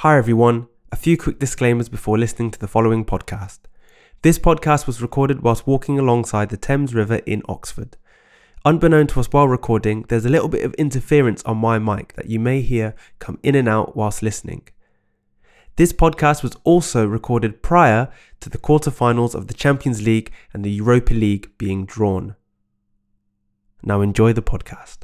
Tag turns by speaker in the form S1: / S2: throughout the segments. S1: Hi everyone, a few quick disclaimers before listening to the following podcast. This podcast was recorded whilst walking alongside the Thames River in Oxford. Unbeknown to us while recording, there's a little bit of interference on my mic that you may hear come in and out whilst listening. This podcast was also recorded prior to the quarterfinals of the Champions League and the Europa League being drawn. Now enjoy the podcast.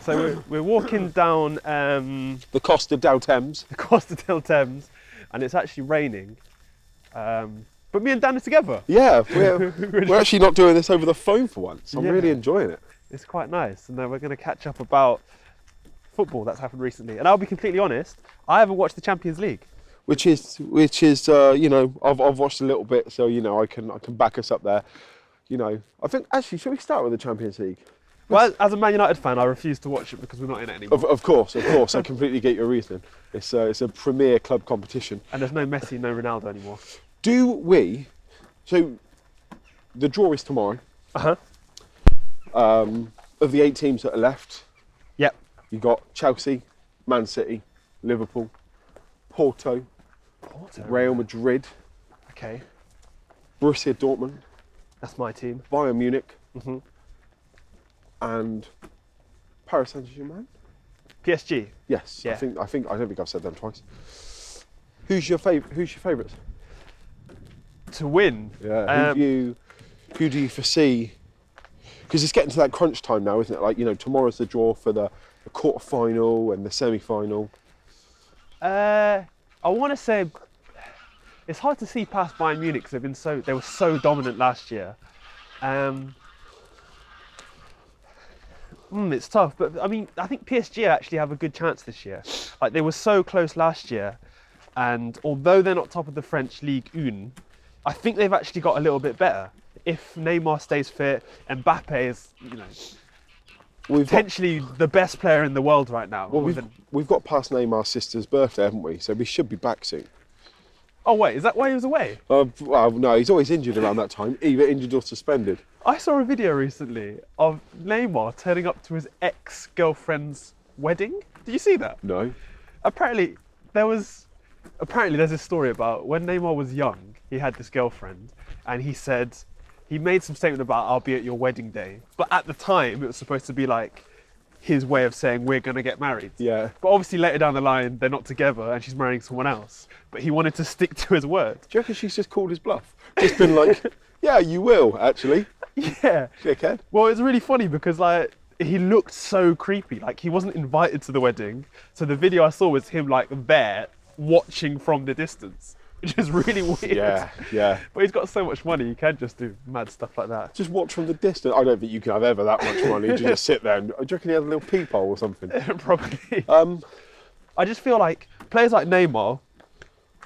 S1: So we're, we're walking down um,
S2: the cost of Dow Thames.
S1: the Costa del Thames, and it's actually raining. Um, but me and Dan are together.
S2: Yeah, we're, we're actually not doing this over the phone for once. I'm
S1: Yeah.
S2: really enjoying it.
S1: It's quite nice, and then we're going to catch up about football that's happened recently. And I'll be completely honest, I haven't watched the Champions League.
S2: Which is, which is, uh, you know, I've, I've watched a little bit, so you know, I can, I can back us up there. You know, I think actually, should we start with the Champions League?
S1: Well, as a Man United fan, I refuse to watch it because we're not in it anymore,
S2: Of, of course, of course, I completely get your reasoning. It's a, it's a premier club competition.
S1: and there's no Messi, no Ronaldo anymore.
S2: Do we? So, the draw is tomorrow.
S1: Uh huh.
S2: Um, of the eight teams that are left,
S1: Yep.
S2: you got Chelsea, Man City, Liverpool, Porto, Real Madrid,
S1: Okay,
S2: Borussia Dortmund,
S1: that's my team.
S2: Bayern Munich,
S1: Mhm.
S2: and Paris Saint Germain.
S1: PSG.
S2: Yes, I
S1: Yeah.
S2: think I think I don't think I've said them twice. Who's your favorite? Who's your favourites?
S1: To win.
S2: Yeah.
S1: Um,
S2: who do you who do you foresee? Because it's getting to that crunch time now, isn't it? Like you know, tomorrow's the draw for the, the quarter final and the semi final.
S1: Uh, I want to say it's hard to see past Bayern Munich 'cause they've been so they were so dominant last year. Um, mm, it's tough, but I mean, I think PSG actually have a good chance this year. Like they were so close last year, and although they're not top of the French League One, I think they've actually got a little bit better. If Neymar stays fit, Mbappe is you know
S2: We've got,
S1: potentially the best player in the world right now.
S2: well,
S1: with
S2: we've,
S1: an-
S2: we've got past Neymar's sister's birthday, haven't we? So we should be back soon.
S1: oh wait, is that why he was away?
S2: Uh, well, no, he's always injured around that time, either injured or suspended.
S1: I saw a video recently of Neymar turning up to his ex girlfriend's wedding. Did you see that?
S2: No.
S1: Apparently, there was. Apparently, there's this story about when Neymar was young, he had this girlfriend, and he said. He made some statement about, I'll be at your wedding day. But at the time, it was supposed to be like his way of saying, we're going to get married.
S2: Yeah.
S1: But obviously, later down the line, they're not together and she's marrying someone else. But he wanted to stick to his word.
S2: Do you reckon she's just called his bluff? Just been like, yeah, you will, actually.
S1: Yeah.
S2: Dickhead.
S1: Well, it's really funny because like he looked so creepy. Like he wasn't invited to the wedding, so the video I saw was him like there watching from the distance, which is really weird.
S2: Yeah, yeah.
S1: But he's got so much money, he can just do mad stuff like that.
S2: Just watch from the distance. I don't think you can have ever that much money to just sit there. And, do you reckon he had a little peephole or something?
S1: Probably.
S2: Um,
S1: I just feel like players like Neymar,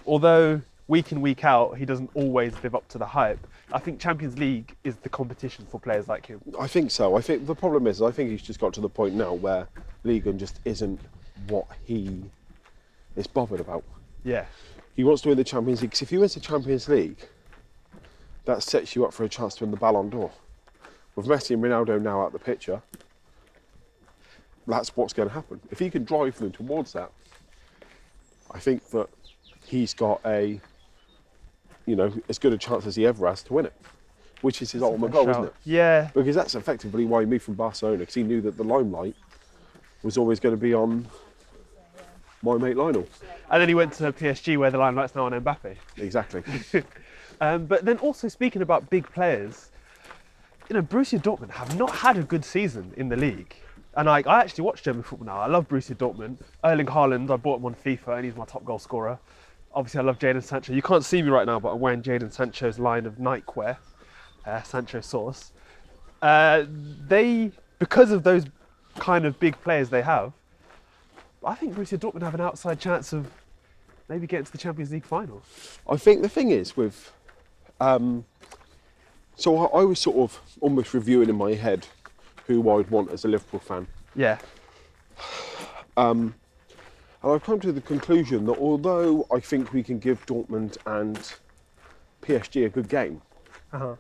S1: although week in week out he doesn't always live up to the hype. I think Champions League is the competition for players like him.
S2: I think so. I think the problem is, I think he's just got to the point now where Ligon just isn't what he is bothered about.
S1: Yeah.
S2: He wants to win the Champions League. 'cause if he wins the Champions League, that sets you up for a chance to win the Ballon d'Or. With Messi and Ronaldo now out of the picture, that's what's going to happen. If he can drive them towards that, I think that he's got a, you know, as good a chance as he ever has to win it, which is his ultimate goal, isn't it?
S1: Yeah.
S2: Because that's effectively why he moved from Barcelona, because he knew that the limelight was always going to be on my mate Lionel.
S1: And then he went to PSG where the limelight's now on Mbappe.
S2: Exactly.
S1: Um, but then also speaking about big players, you know, Borussia Dortmund have not had a good season in the league. And I, I actually watch German football now. I love Borussia Dortmund. Erling Haaland, I bought him on FIFA and he's my top goal scorer. Obviously, I love Jadon Sancho. You can't see me right now, but I'm wearing Jadon Sancho's line of Nikewear, uh, Sancho Sauce. Uh, they, because of those kind of big players they have, I think Borussia Dortmund have an outside chance of maybe get into the Champions League final.
S2: I think the thing is with, um, so I, I was sort of almost reviewing in my head who I'd want as a Liverpool fan,
S1: Yeah.
S2: and I've come to the conclusion that although I think we can give Dortmund and PSG a good game,
S1: Uh-huh.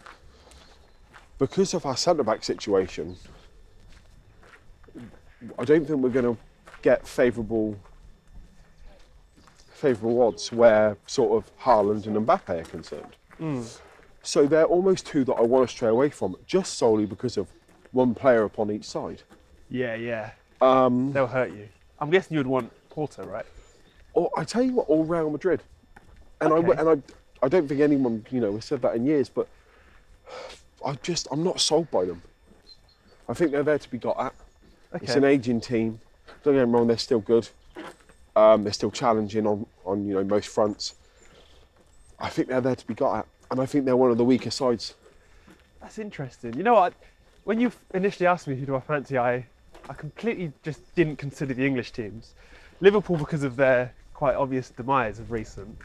S2: because of our centre back situation, I don't think we're going to get favourable favourable odds where sort of Haaland and Mbappe are concerned. So they're almost two that I want to stray away from, just solely because of one player upon each side.
S1: Yeah, yeah. Um, They'll hurt you. I'm guessing you would want Porto, right?
S2: Or I tell you what, all Real Madrid, and I
S1: Okay.
S2: w- and I, I don't think anyone you know has said that in years, but I just I'm not sold by them. I think they're there to be got at.
S1: Okay.
S2: It's an aging team. Don't get me wrong; they're still good. Um, they're still challenging on, on you know most fronts. I think they're there to be got at, and I think they're one of the weaker sides.
S1: That's interesting. You know what? When you initially asked me who do I fancy, I, I completely just didn't consider the English teams. Liverpool because of their quite obvious demise of recent.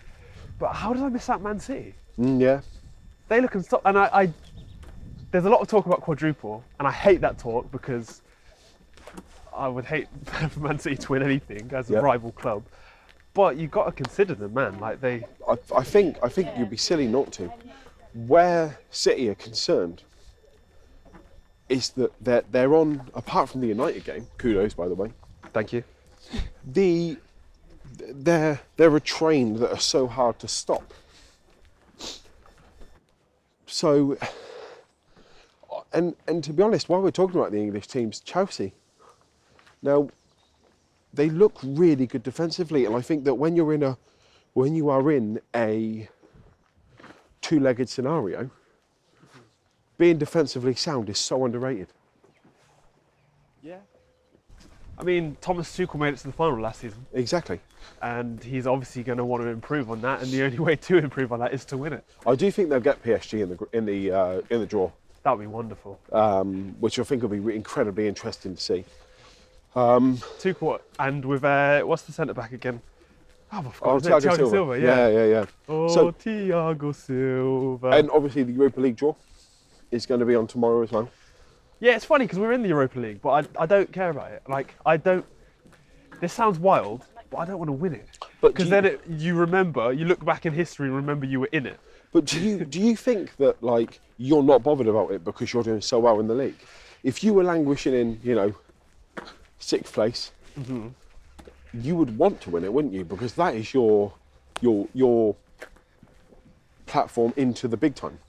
S1: But how did I miss out Man City?
S2: Mm, yeah,
S1: They look and stop. And I, I, there's a lot of talk about quadruple, and I hate that talk because I would hate for Man City to win anything as a
S2: Yeah.
S1: rival club. But you've got to consider them, man. Like they,
S2: I, I think I think you'd be silly not to. Where City are concerned is that they're they're on apart from the United game. Kudos, by the way.
S1: thank you.
S2: The they're they're a train that are so hard to stop. So, and and to be honest, while we're talking about the English teams, Chelsea. Now, they look really good defensively, and I think that when you're in a when you are in a two-legged scenario, being defensively sound is so underrated.
S1: Yeah. I mean, Thomas Tuchel made it to the final last season,
S2: Exactly.
S1: and he's obviously going to want to improve on that. And the only way to improve on that is to win it.
S2: I do think they'll get PSG in the gr- in the uh, in the draw.
S1: That would be wonderful.
S2: um, which I think will be re- incredibly interesting to see.
S1: Tuchel and with uh, what's the centre back again? Oh, I've forgotten
S2: Oh,
S1: his name.
S2: Thiago Silva. yeah, yeah, yeah.
S1: Oh,
S2: So-
S1: Thiago Silva.
S2: And obviously the Europa League draw is going to be on tomorrow as well.
S1: yeah, it's funny because we're in the Europa League, but I, I don't care about it. Like I don't. This sounds wild, but I don't want to win it.
S2: But do
S1: Because
S2: you-
S1: then it, you remember, you look back in history, and remember you were in it.
S2: But do you do you think that like you're not bothered about it because you're doing so well in the league? If you were languishing in you know sixth place, you would want to win it, wouldn't you? Because that is your your your platform into the big time.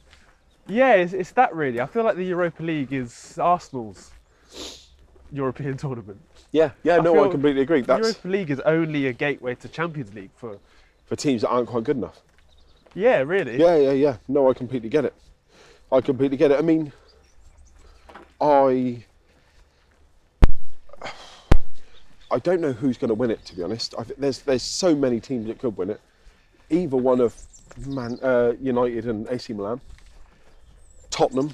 S1: Yeah, it's, it's that really. I feel like the Europa League is Arsenal's European tournament.
S2: Yeah, yeah. no, I
S1: feel
S2: completely agree.
S1: The
S2: That's
S1: Europa League is only a gateway to Champions League for.
S2: for teams that aren't quite good enough.
S1: Yeah, really.
S2: Yeah, yeah, yeah. No, I completely get it. I completely get it. I mean, I I don't know who's going to win it to be honest. I, think there's there's so many teams that could win it. Either one of Man uh, United and AC Milan, Tottenham,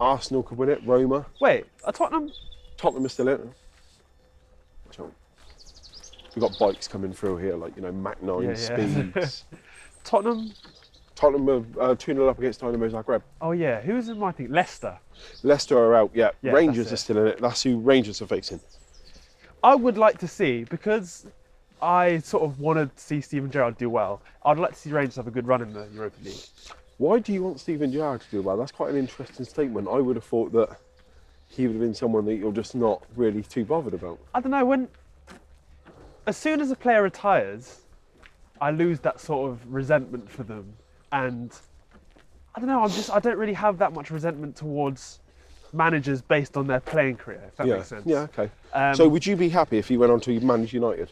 S2: Arsenal could win it. Roma,
S1: Wait, are Tottenham?
S2: Tottenham is still in. it. Watch out. We've got bikes coming through here, like you know Mac Nine
S1: Yeah, yeah.
S2: speeds.
S1: Tottenham?
S2: Tottenham are uh, 2 0 up against Dynamo Zagreb.
S1: Oh yeah, who was in my thing? Leicester.
S2: Leicester are out, yeah.
S1: Yeah,
S2: Rangers
S1: that's
S2: are
S1: it.
S2: still in it. That's who Rangers are facing.
S1: I would like to see because I sort of want to see Steven Gerrard do well. I'd like to see Rangers have a good run in the Europa League.
S2: Why do you want Steven Gerrard to do well? That's quite an interesting statement. I would have thought that he would have been someone that you're just not really too bothered about.
S1: I don't know when. As soon as a player retires, I lose that sort of resentment for them, and I don't know. I'm just I don't really have that much resentment towards managers based on their playing career. If that
S2: yeah.
S1: makes sense.
S2: Yeah, okay.
S1: Um,
S2: so would you be happy if he went on to manage United?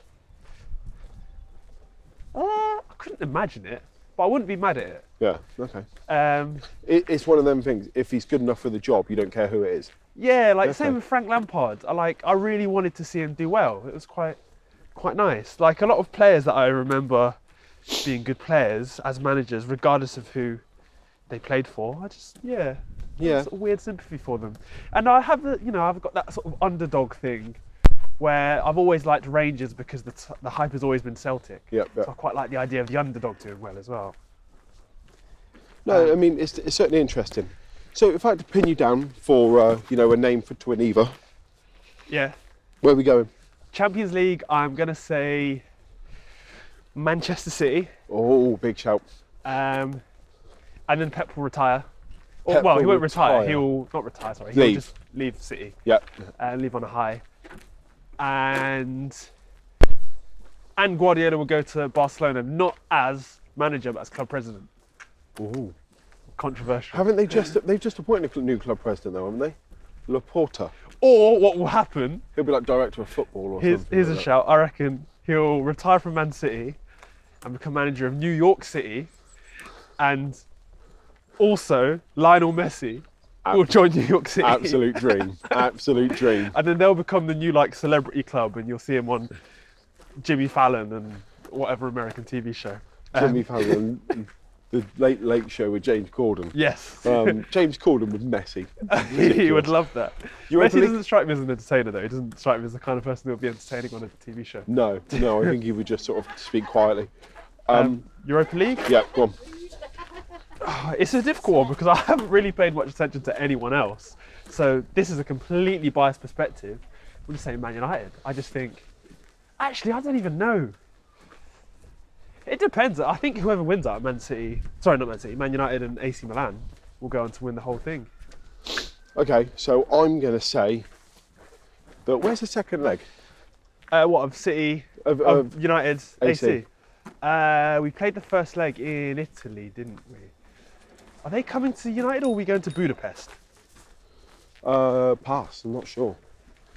S1: Uh, I couldn't imagine it, but I wouldn't be mad at
S2: Yeah, okay.
S1: it. Um,
S2: It, it's one of them things. If he's good enough for the job, you don't care who it is.
S1: Yeah, like
S2: Okay.
S1: same with Frank Lampard. I like I really wanted to see him do well. It was quite quite nice. Like a lot of players that I remember being good players as managers, regardless of who they played for. I just yeah.
S2: Yeah.
S1: Sort of weird sympathy for them. And I have the you know, I've got that sort of underdog thing where I've always liked Rangers because the, t- the hype has always been Celtic.
S2: Yeah, yeah.
S1: So I quite like the idea of the underdog doing well as well.
S2: No, I mean it's, it's certainly interesting. So if I had to pin you down for uh, you know a name for Twineva,
S1: Yeah.
S2: where are we going?
S1: Champions League, I'm going to say Manchester City.
S2: Oh, big shout!
S1: Um, and then Pep will retire. Or,
S2: Pep
S1: well, he
S2: will
S1: won't retire.
S2: retire.
S1: He'll not retire, sorry. He'll
S2: Leave.
S1: just leave City
S2: Yeah,
S1: and leave on a high. And and Guardiola will go to Barcelona, not as manager, but as club president.
S2: Ooh.
S1: Controversial.
S2: haven't they just they've just appointed a cl- new club president though, haven't they? Laporta.
S1: Or what will happen
S2: He'll be like director of football or
S1: Here's,
S2: something.
S1: here's
S2: like
S1: a
S2: that.
S1: shout. I reckon he'll retire from Man City and become manager of New York City, and also Lionel Messi will join New York City.
S2: Absolute dream. Absolute dream.
S1: And then they'll become the new like celebrity club, and you'll see him on Jimmy Fallon and whatever American TV show.
S2: Jimmy Fallon, the Late Late Show with James Corden.
S1: Yes,
S2: Um, James Corden with Messi.
S1: he would love that.
S2: You won't
S1: Messi
S2: believe-
S1: doesn't strike me as an entertainer, though. He doesn't strike me as the kind of person who would be entertaining on a TV show.
S2: No, no, I think he would just sort of speak quietly.
S1: Um,
S2: Um,
S1: Europa League.
S2: yeah, go on.
S1: It's a difficult one because I haven't really paid much attention to anyone else. So this is a completely biased perspective. I'm just saying Man United. I just think, actually, I don't even know. It depends. I think whoever wins out, Man City, sorry, not Man City, Man United and AC Milan will go on to win the whole thing.
S2: Okay, so I'm going to say that where's the second leg?
S1: Uh, what of City,
S2: Of,
S1: of
S2: of-
S1: United, AC?
S2: AC.
S1: Uh, we played the first leg in Italy, didn't we? Are they coming to United or are we going to Budapest?
S2: uh, pass, I'm not sure.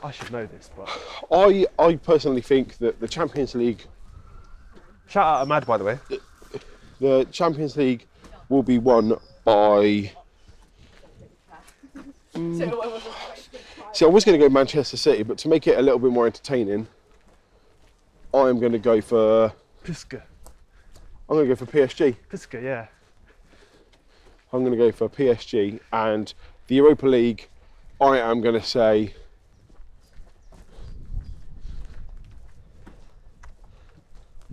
S1: I should know this, but
S2: I, I personally think that the Champions League,
S1: shout out Ahmad, by the way.
S2: the Champions League will be won by. See, I was going to go Manchester City, but to make it a little bit more entertaining, I am going to go for
S1: Pisca.
S2: I'm going to go for PSG.
S1: Pisca, yeah.
S2: I'm going to go for PSG and the Europa League. I am going to say.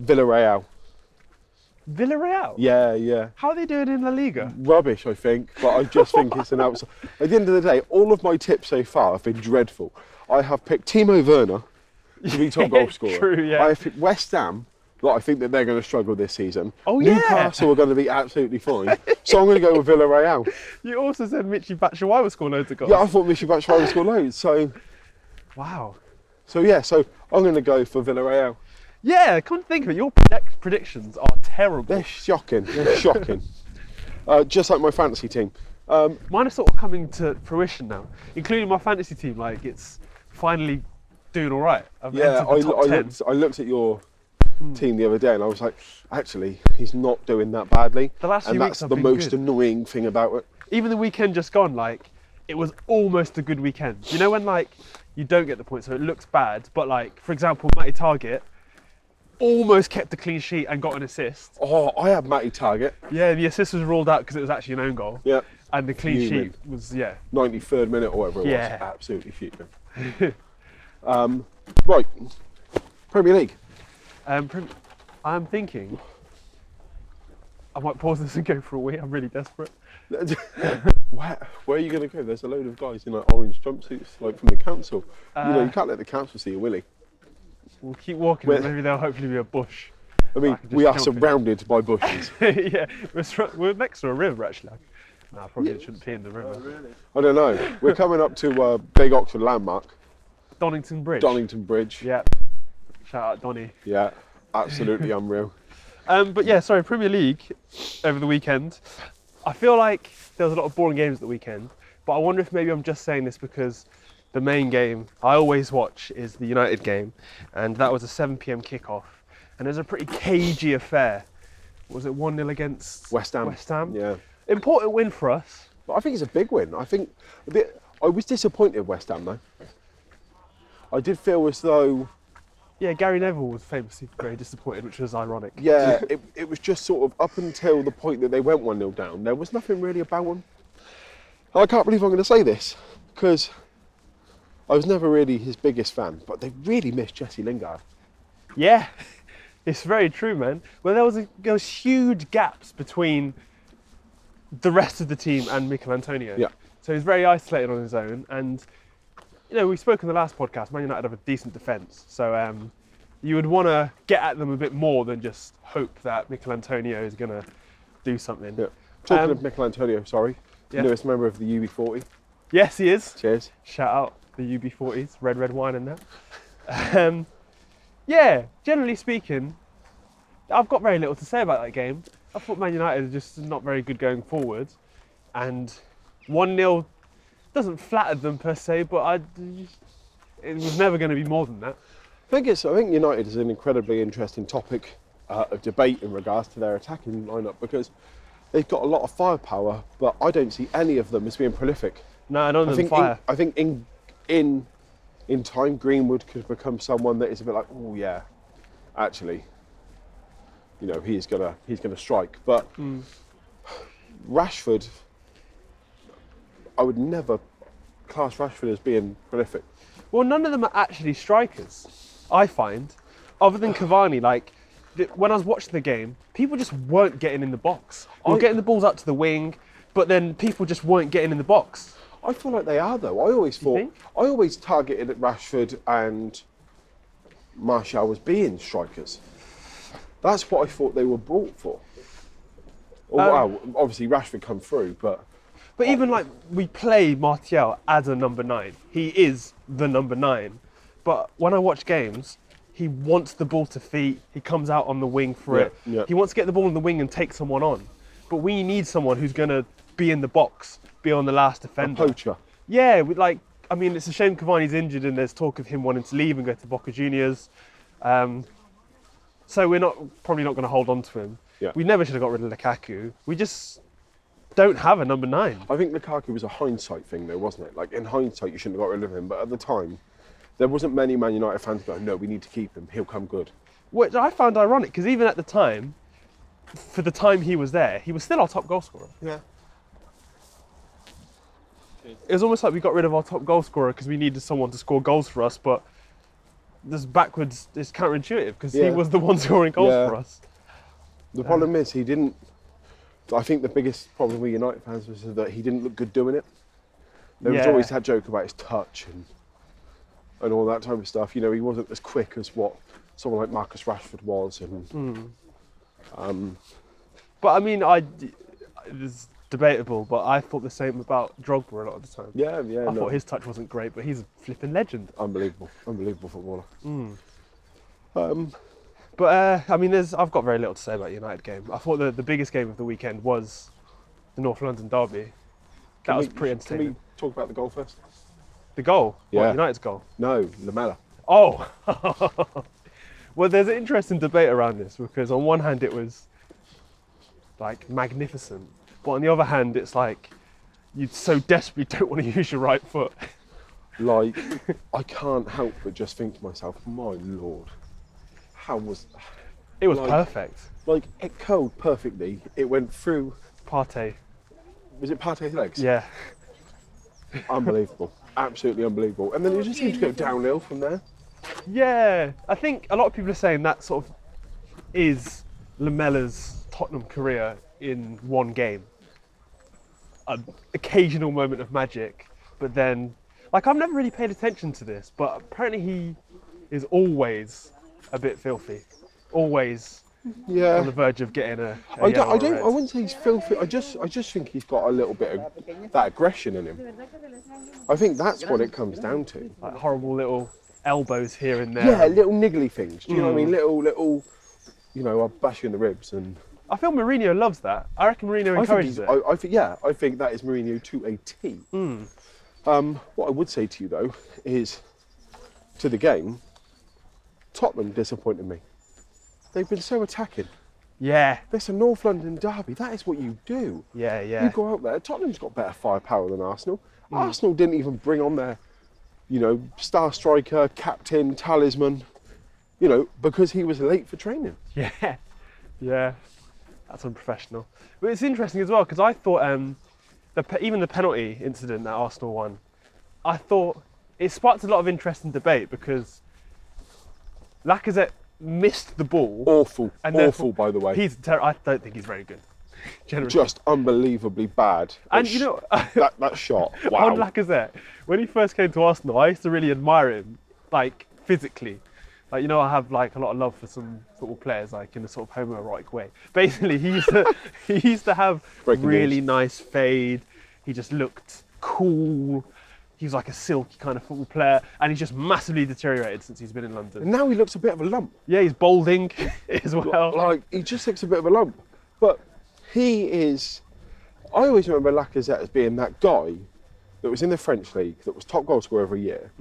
S2: Villarreal.
S1: Villarreal.
S2: Yeah, yeah.
S1: How are they doing in La Liga?
S2: Rubbish, I think, but I just think it's an outside. At the end of the day, all of my tips so far have been dreadful. I have picked Timo Werner to be top goal scorer.
S1: True, yeah.
S2: I have picked West Ham. Like, I think that they're going to struggle this season.
S1: Oh, yeah.
S2: Newcastle are going to be absolutely fine. so I'm going to go with Villarreal.
S1: You also said Michy Batshuayi will score loads of goals.
S2: Yeah, I thought Michy Batshuayi would score loads. So,
S1: Wow.
S2: so yeah, so I'm going to go for Villarreal.
S1: Yeah, come to think of it, your predict- predictions are terrible.
S2: They're shocking. They're shocking. Uh, just like my fantasy team. Um,
S1: Mine are sort of coming to fruition now, including my fantasy team. Like, it's finally doing all right. I've
S2: yeah, I,
S1: entered the top Hmm.
S2: I,
S1: 10.
S2: looked, I looked at your team the other day and I was like, actually, he's not doing that badly.
S1: The last
S2: and
S1: few
S2: that's
S1: weeks have
S2: the
S1: been
S2: most
S1: good.
S2: annoying thing about it.
S1: Even the weekend just gone, like, it was almost a good weekend. You know when, like, you don't get the point, so it looks bad, but, like, for example, Matty Target almost kept a clean sheet and got an assist.
S2: Oh, I had Matty Target.
S1: Yeah, the assist was ruled out because it was actually an own goal.
S2: Yeah.
S1: And the clean
S2: Fuming.
S1: sheet was, yeah.
S2: 93rd minute or whatever it
S1: Yeah.
S2: was. Absolutely fuming. um, right. Premier League.
S1: Um, prim- I'm thinking I might pause this and go for a wee. I'm really desperate.
S2: where, where are you going to go? There's a load of guys in like orange jumpsuits, like from the council. you know,
S1: Uh,
S2: you can't let the council see you, Willie.
S1: We'll keep walking.
S2: Wait.
S1: and Maybe there'll hopefully be a bush.
S2: I mean,
S1: I can
S2: we
S1: just
S2: are
S1: jump in.
S2: surrounded by bushes.
S1: yeah, we're, sur- we're next to a river actually. No, I probably shouldn't pee in the river.
S2: I don't know. We're coming up to uh, Big Oxford Landmark,
S1: Donington Bridge.
S2: Donington Bridge.
S1: Yeah. Shout out Donny.
S2: Yeah, absolutely unreal.
S1: Um, but yeah, sorry, Premier League over the weekend. I feel like there was a lot of boring games at the weekend, but I wonder if maybe I'm just saying this because the main game I always watch is the United game, and that was a 7 pm kickoff, and it was a pretty cagey affair. Was it 1 0 against
S2: West Ham.
S1: West Ham.
S2: Yeah.
S1: Important win for us.
S2: But I think it's a big win. I think the, I was disappointed West Ham though. I did feel as though,
S1: Yeah, Gary Neville was famously very disappointed, which was ironic.
S2: yeah, it, it was just sort of up until the point that they went 1 0 down, there was nothing really about them. I can't believe I'm going to say this because I was never really his biggest fan, but they really missed Jesse Lingard.
S1: Yeah, it's very true, man. Well, there was a, there was huge gaps between the rest of the team and Mikel Antonio.
S2: Yeah.
S1: So he's very isolated on his own, and you know we spoke in the last podcast. Man United have a decent defence, so um, you would want to get at them a bit more than just hope that Mikel Antonio is going to do something.
S2: Yeah. Talking
S1: Um,
S2: of Michael Antonio, sorry,
S1: yeah.
S2: newest member of the UB40.
S1: Yes, he is.
S2: Cheers.
S1: Shout out the UB40s, red, red wine and that. Um, yeah, generally speaking, I've got very little to say about that game. I thought Man United are just not very good going forward. And 1 0 doesn't flatter them per se, but I, it was never going to be more than that.
S2: I think it's. I think United is an incredibly interesting topic uh, of debate in regards to their attacking lineup because they've got a lot of firepower, but I don't see any of them as being prolific.
S1: No, none
S2: I
S1: of them
S2: think.
S1: fire.
S2: In, I think in in in time, Greenwood could become someone that is a bit like, oh yeah, actually, you know, he's gonna he's gonna strike. But
S1: Hmm.
S2: Rashford, I would never class Rashford as being prolific.
S1: Well, none of them are actually strikers, I find, other than Cavani. Like, th- when I was watching the game, people just weren't getting in the box. Or
S2: Well-
S1: getting the balls out to the wing, but then people just weren't getting in the box.
S2: I feel like they are though. I always thought
S1: think?
S2: I always targeted at Rashford and Martial as being strikers. That's what I thought they were brought for. Oh,
S1: Um,
S2: wow, obviously Rashford come through, but
S1: But even like we play Martial as a number nine, he is the number nine. But when I watch games, he wants the ball to feet. He comes out on the wing for
S2: Yeah,
S1: it.
S2: yeah.
S1: He wants to get the ball on the wing and take someone on. But we need someone who's gonna be in the box, be on the last defender.
S2: poacher.
S1: Yeah, we like. I mean, it's a shame Cavani's injured, and there's talk of him wanting to leave and go to Boca Juniors. Um, so we're not probably not going to hold on to him.
S2: Yeah.
S1: We never should have got rid of Lukaku. We just don't have a number nine.
S2: I think Lukaku was a hindsight thing though, wasn't it? Like in hindsight, you shouldn't have got rid of him, but at the time, there wasn't many Man United fans going, "No, we need to keep him. He'll come good."
S1: which I found ironic because even at the time, for the time he was there, he was still our top goal scorer.
S2: Yeah.
S1: It was almost like we got rid of our top goal scorer because we needed someone to score goals for us, but this backwards is counterintuitive because
S2: Yeah.
S1: he was the one scoring goals
S2: Yeah.
S1: for us.
S2: The
S1: Um,
S2: problem is he didn't. I think the biggest problem with United fans was that he didn't look good doing it. There was
S1: Yeah.
S2: always that joke about his touch and and all that type of stuff. You know, he wasn't as quick as what someone like Marcus Rashford was, and
S1: Hmm. But I mean, I it's debatable, but I thought the same about Drogba a lot of the time.
S2: yeah, yeah,
S1: I
S2: no,
S1: thought his touch wasn't great, but he's a flipping legend.
S2: unbelievable, unbelievable footballer.
S1: Hmm.
S2: Um,
S1: But uh, I mean, there's I've got very little to say about the United game. I thought the, the biggest game of the weekend was the North London derby. That
S2: can
S1: was
S2: we-
S1: pretty
S2: Can
S1: entertaining.
S2: we talk about the goal first?
S1: The goal?
S2: Yeah.
S1: What, United's goal?
S2: No, Lamella.
S1: Oh! well, there's an interesting debate around this because on one hand it was like magnificent, but on the other hand it's like you so desperately don't want to use your right foot.
S2: Like, I can't help but just think to myself, my lord, how was
S1: It was
S2: Like-
S1: perfect.
S2: like it curled perfectly. It went through.
S1: Partey.
S2: Was it Partey's legs?
S1: Yeah.
S2: Unbelievable. Absolutely unbelievable. And then it just seemed to go downhill from there.
S1: Yeah. I think a lot of people are saying that sort of is Lamella's Tottenham career in one game. An occasional moment of magic, but then, like, I've never really paid attention to this, but apparently he is always a bit filthy, always on
S2: Yeah.
S1: the verge of getting a. a
S2: I
S1: yellow
S2: don't,
S1: or
S2: I don't.
S1: red.
S2: I wouldn't say he's filthy. I just. I just think he's got a little bit of that aggression in him. I think that's what it comes down to.
S1: Like, horrible little elbows here and there.
S2: Yeah, little niggly things. Do you know what I mean? Little, little. You know, I'll bash you in the ribs, and
S1: I feel Mourinho loves that. I reckon Mourinho
S2: I think,
S1: encourages
S2: he's,
S1: it. Hmm.
S2: I, I think. Yeah, I think that is Mourinho to a T. Um, what I would say to you though is, to the game, Tottenham disappointed me. They've been so attacking.
S1: Yeah,
S2: This a North London derby. That is what you do.
S1: yeah, yeah. Hmm.
S2: You go out there. Tottenham's got better firepower than Arsenal. Arsenal didn't even bring on their, you know, star striker, captain, talisman, you know, because he was late for training.
S1: Yeah, yeah, that's unprofessional. But it's interesting as well because I thought um, the, pe- even the penalty incident that Arsenal won, I thought it sparked a lot of interest and debate because Lacazette missed the ball.
S2: Awful,
S1: and
S2: awful,
S1: therefore-
S2: by the way.
S1: He's ter- I don't think he's very good. Generally.
S2: just unbelievably bad.
S1: And
S2: That
S1: you
S2: sh-
S1: know-
S2: that, that shot. Wow.
S1: on Lacazette, when he first came to Arsenal, I used to really admire him, like physically. Like you know, I have like a lot of love for some football players, like in a sort of homoerotic way. Basically, he used to he used to have
S2: Breaking
S1: really
S2: news.
S1: nice fade. He just looked cool. He was like a silky kind of football player, and he's just massively deteriorated since he's been in London.
S2: and now he looks a bit of a lump.
S1: Yeah, he's balding as well.
S2: Like he just looks a bit of a lump. But he is. I always remember Lacazette as being that guy that was in the French league that was top goal scorer every year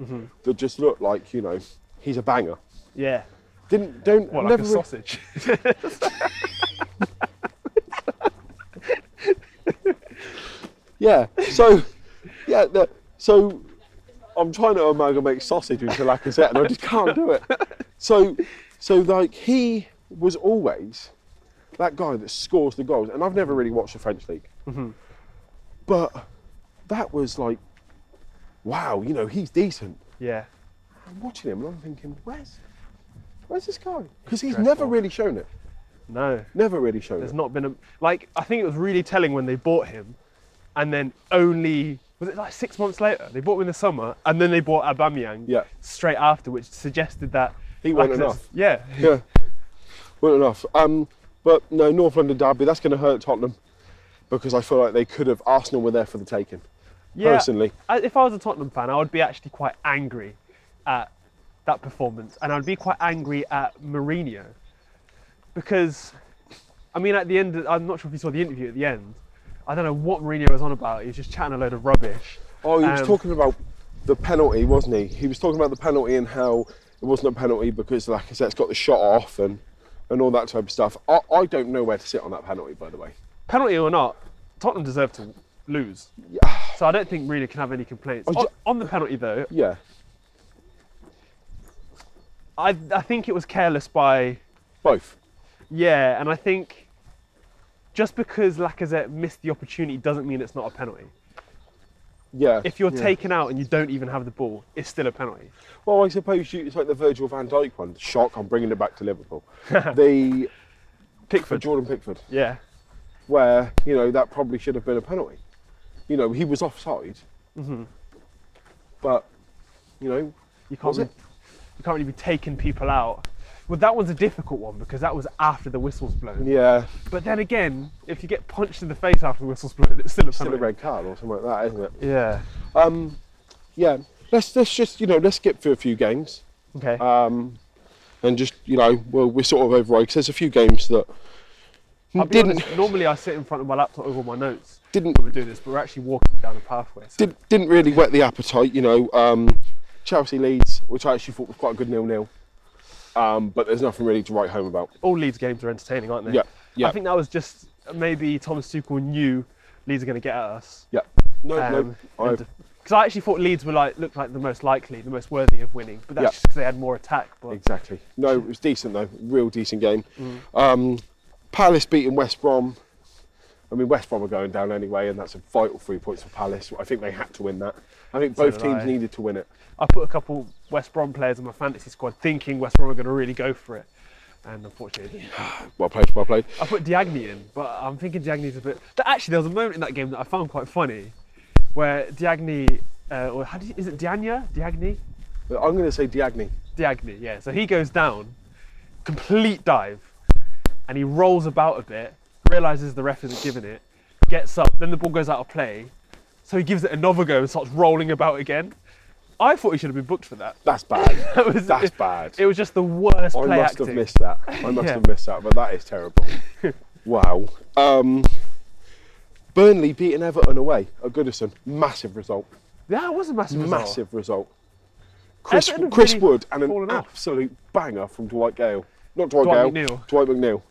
S2: that just looked like you know he's a banger.
S1: yeah,
S2: Didn't don't
S1: what like
S2: never
S1: a
S2: re-
S1: sausage?
S2: yeah. So yeah. The, so I'm trying to amalgamate sausage into Lacazette and I just can't do it. So so like he was always that guy that scores the goals, and I've never really watched the French league. But that was like, wow, you know, he's decent.
S1: yeah,
S2: I'm watching him and I'm thinking, where's, where's this guy? Because he's
S1: Dreadful.
S2: never really shown it.
S1: no.
S2: Never really shown
S1: There's
S2: it.
S1: not been a like. I think it was really telling when they bought him, and then only was it like six months later they bought him in the summer, and then they bought Abamyang
S2: Yeah.
S1: straight after, which suggested that
S2: He weren't
S1: Lacazette's-
S2: enough.
S1: Yeah,
S2: Yeah. Well enough. Um, but no, North London derby. That's going to hurt Tottenham because I feel like they could have. Arsenal were there for the taking.
S1: yeah.
S2: Personally.
S1: I- if I was a Tottenham fan, I would be actually quite angry at that performance, and I'd be quite angry at Mourinho because, I mean, at the end, I'm not sure if you saw the interview at the end. I don't know what Mourinho was on about. He was just chatting a load of rubbish.
S2: Oh, he was
S1: Um,
S2: talking about the penalty, wasn't he? He was talking about the penalty and how it wasn't a penalty because Lacazette's got the shot off and, and all that type of stuff. I, I don't know where to sit on that penalty, by the way.
S1: penalty or not, Tottenham deserve to lose. So I don't think Mourinho can have any complaints.
S2: I
S1: On,
S2: Oh, ju-
S1: on the penalty though,
S2: Yeah.
S1: I, I think it was careless by
S2: Both.
S1: yeah, and I think just because Lacazette missed the opportunity doesn't mean it's not a penalty.
S2: Yeah.
S1: If you're
S2: yeah.
S1: taken out and you don't even have the ball, it's still a penalty.
S2: Well, I suppose you, it's like the Virgil van Dijk one. Shock, I'm bringing it back to Liverpool. the for
S1: Pickford,
S2: Jordan Pickford,
S1: yeah,
S2: where, you know, that probably should have been a penalty. You know, he was offside. But, you know,
S1: you can't
S2: Was
S1: re-
S2: it?
S1: you can't really be taking people out. Well, that one's a difficult one because that was after the whistle's blown.
S2: yeah,
S1: But then again, if you get punched in the face after the whistle's blown, it's still a penalty.
S2: still a red card or something like that, isn't it?
S1: Yeah.
S2: Um, yeah, let's let's just you know let's skip through a few games,
S1: Okay.
S2: um, and just you know we're, we're sort of override because there's a few games that
S1: I'll be
S2: didn't
S1: honest, normally I sit in front of my laptop with all my notes.
S2: Didn't-
S1: when we do this, but we're actually walking down a pathway. So
S2: did, didn't really whet the appetite. You know, um, Chelsea Leeds, which I actually thought was quite a good nil nil, um, but there's nothing really to write home about.
S1: all Leeds games are entertaining, aren't they?
S2: Yeah, yeah.
S1: I think that was just maybe Thomas Tuchel knew Leeds are going to get at us. Um,
S2: Yeah, no, no, I,
S1: because I actually thought Leeds were like looked like the most likely, the most worthy of winning, but that's
S2: Yeah.
S1: just because they had more attack. But
S2: Exactly. No, it was decent though. Real decent game.
S1: Mm.
S2: Um, Palace beating West Brom. I mean, West Brom are going down anyway, and that's a vital three points for Palace. I think they had to win that. I think
S1: So
S2: both
S1: did
S2: teams
S1: I.
S2: needed to win it.
S1: I put a couple West Brom players in my fantasy squad, thinking West Brom were going to really go for it, and unfortunately, they didn't.
S2: Well played, well played.
S1: I put Diagne in, but I'm thinking Diagne's a bit. Th- Actually, there was a moment in that game that I found quite funny, where Diagne, uh, or how do you, is it Diagne? Diagne?
S2: But I'm going to say Diagne.
S1: Diagne, yeah. So he goes down, complete dive, and he rolls about a bit, realizes the ref isn't giving it, gets up, then the ball goes out of play, so he gives it another go and starts rolling about again. I thought he should have been booked for that.
S2: That's bad.
S1: That was-
S2: That's
S1: it,
S2: bad.
S1: It was just the worst
S2: I
S1: play
S2: must
S1: acting.
S2: have missed that. I must
S1: Yeah.
S2: have missed that, but that is terrible. wow. Um, Burnley beating Everton away at Goodison. Massive result.
S1: Yeah, it was a massive, result.
S2: Massive result. Chris,
S1: Everton have
S2: Chris
S1: really
S2: Wood and an
S1: fallen off.
S2: absolute banger from Dwight Gale. Not Dwight,
S1: Dwight
S2: Gale.
S1: McNeil.
S2: Dwight McNeil.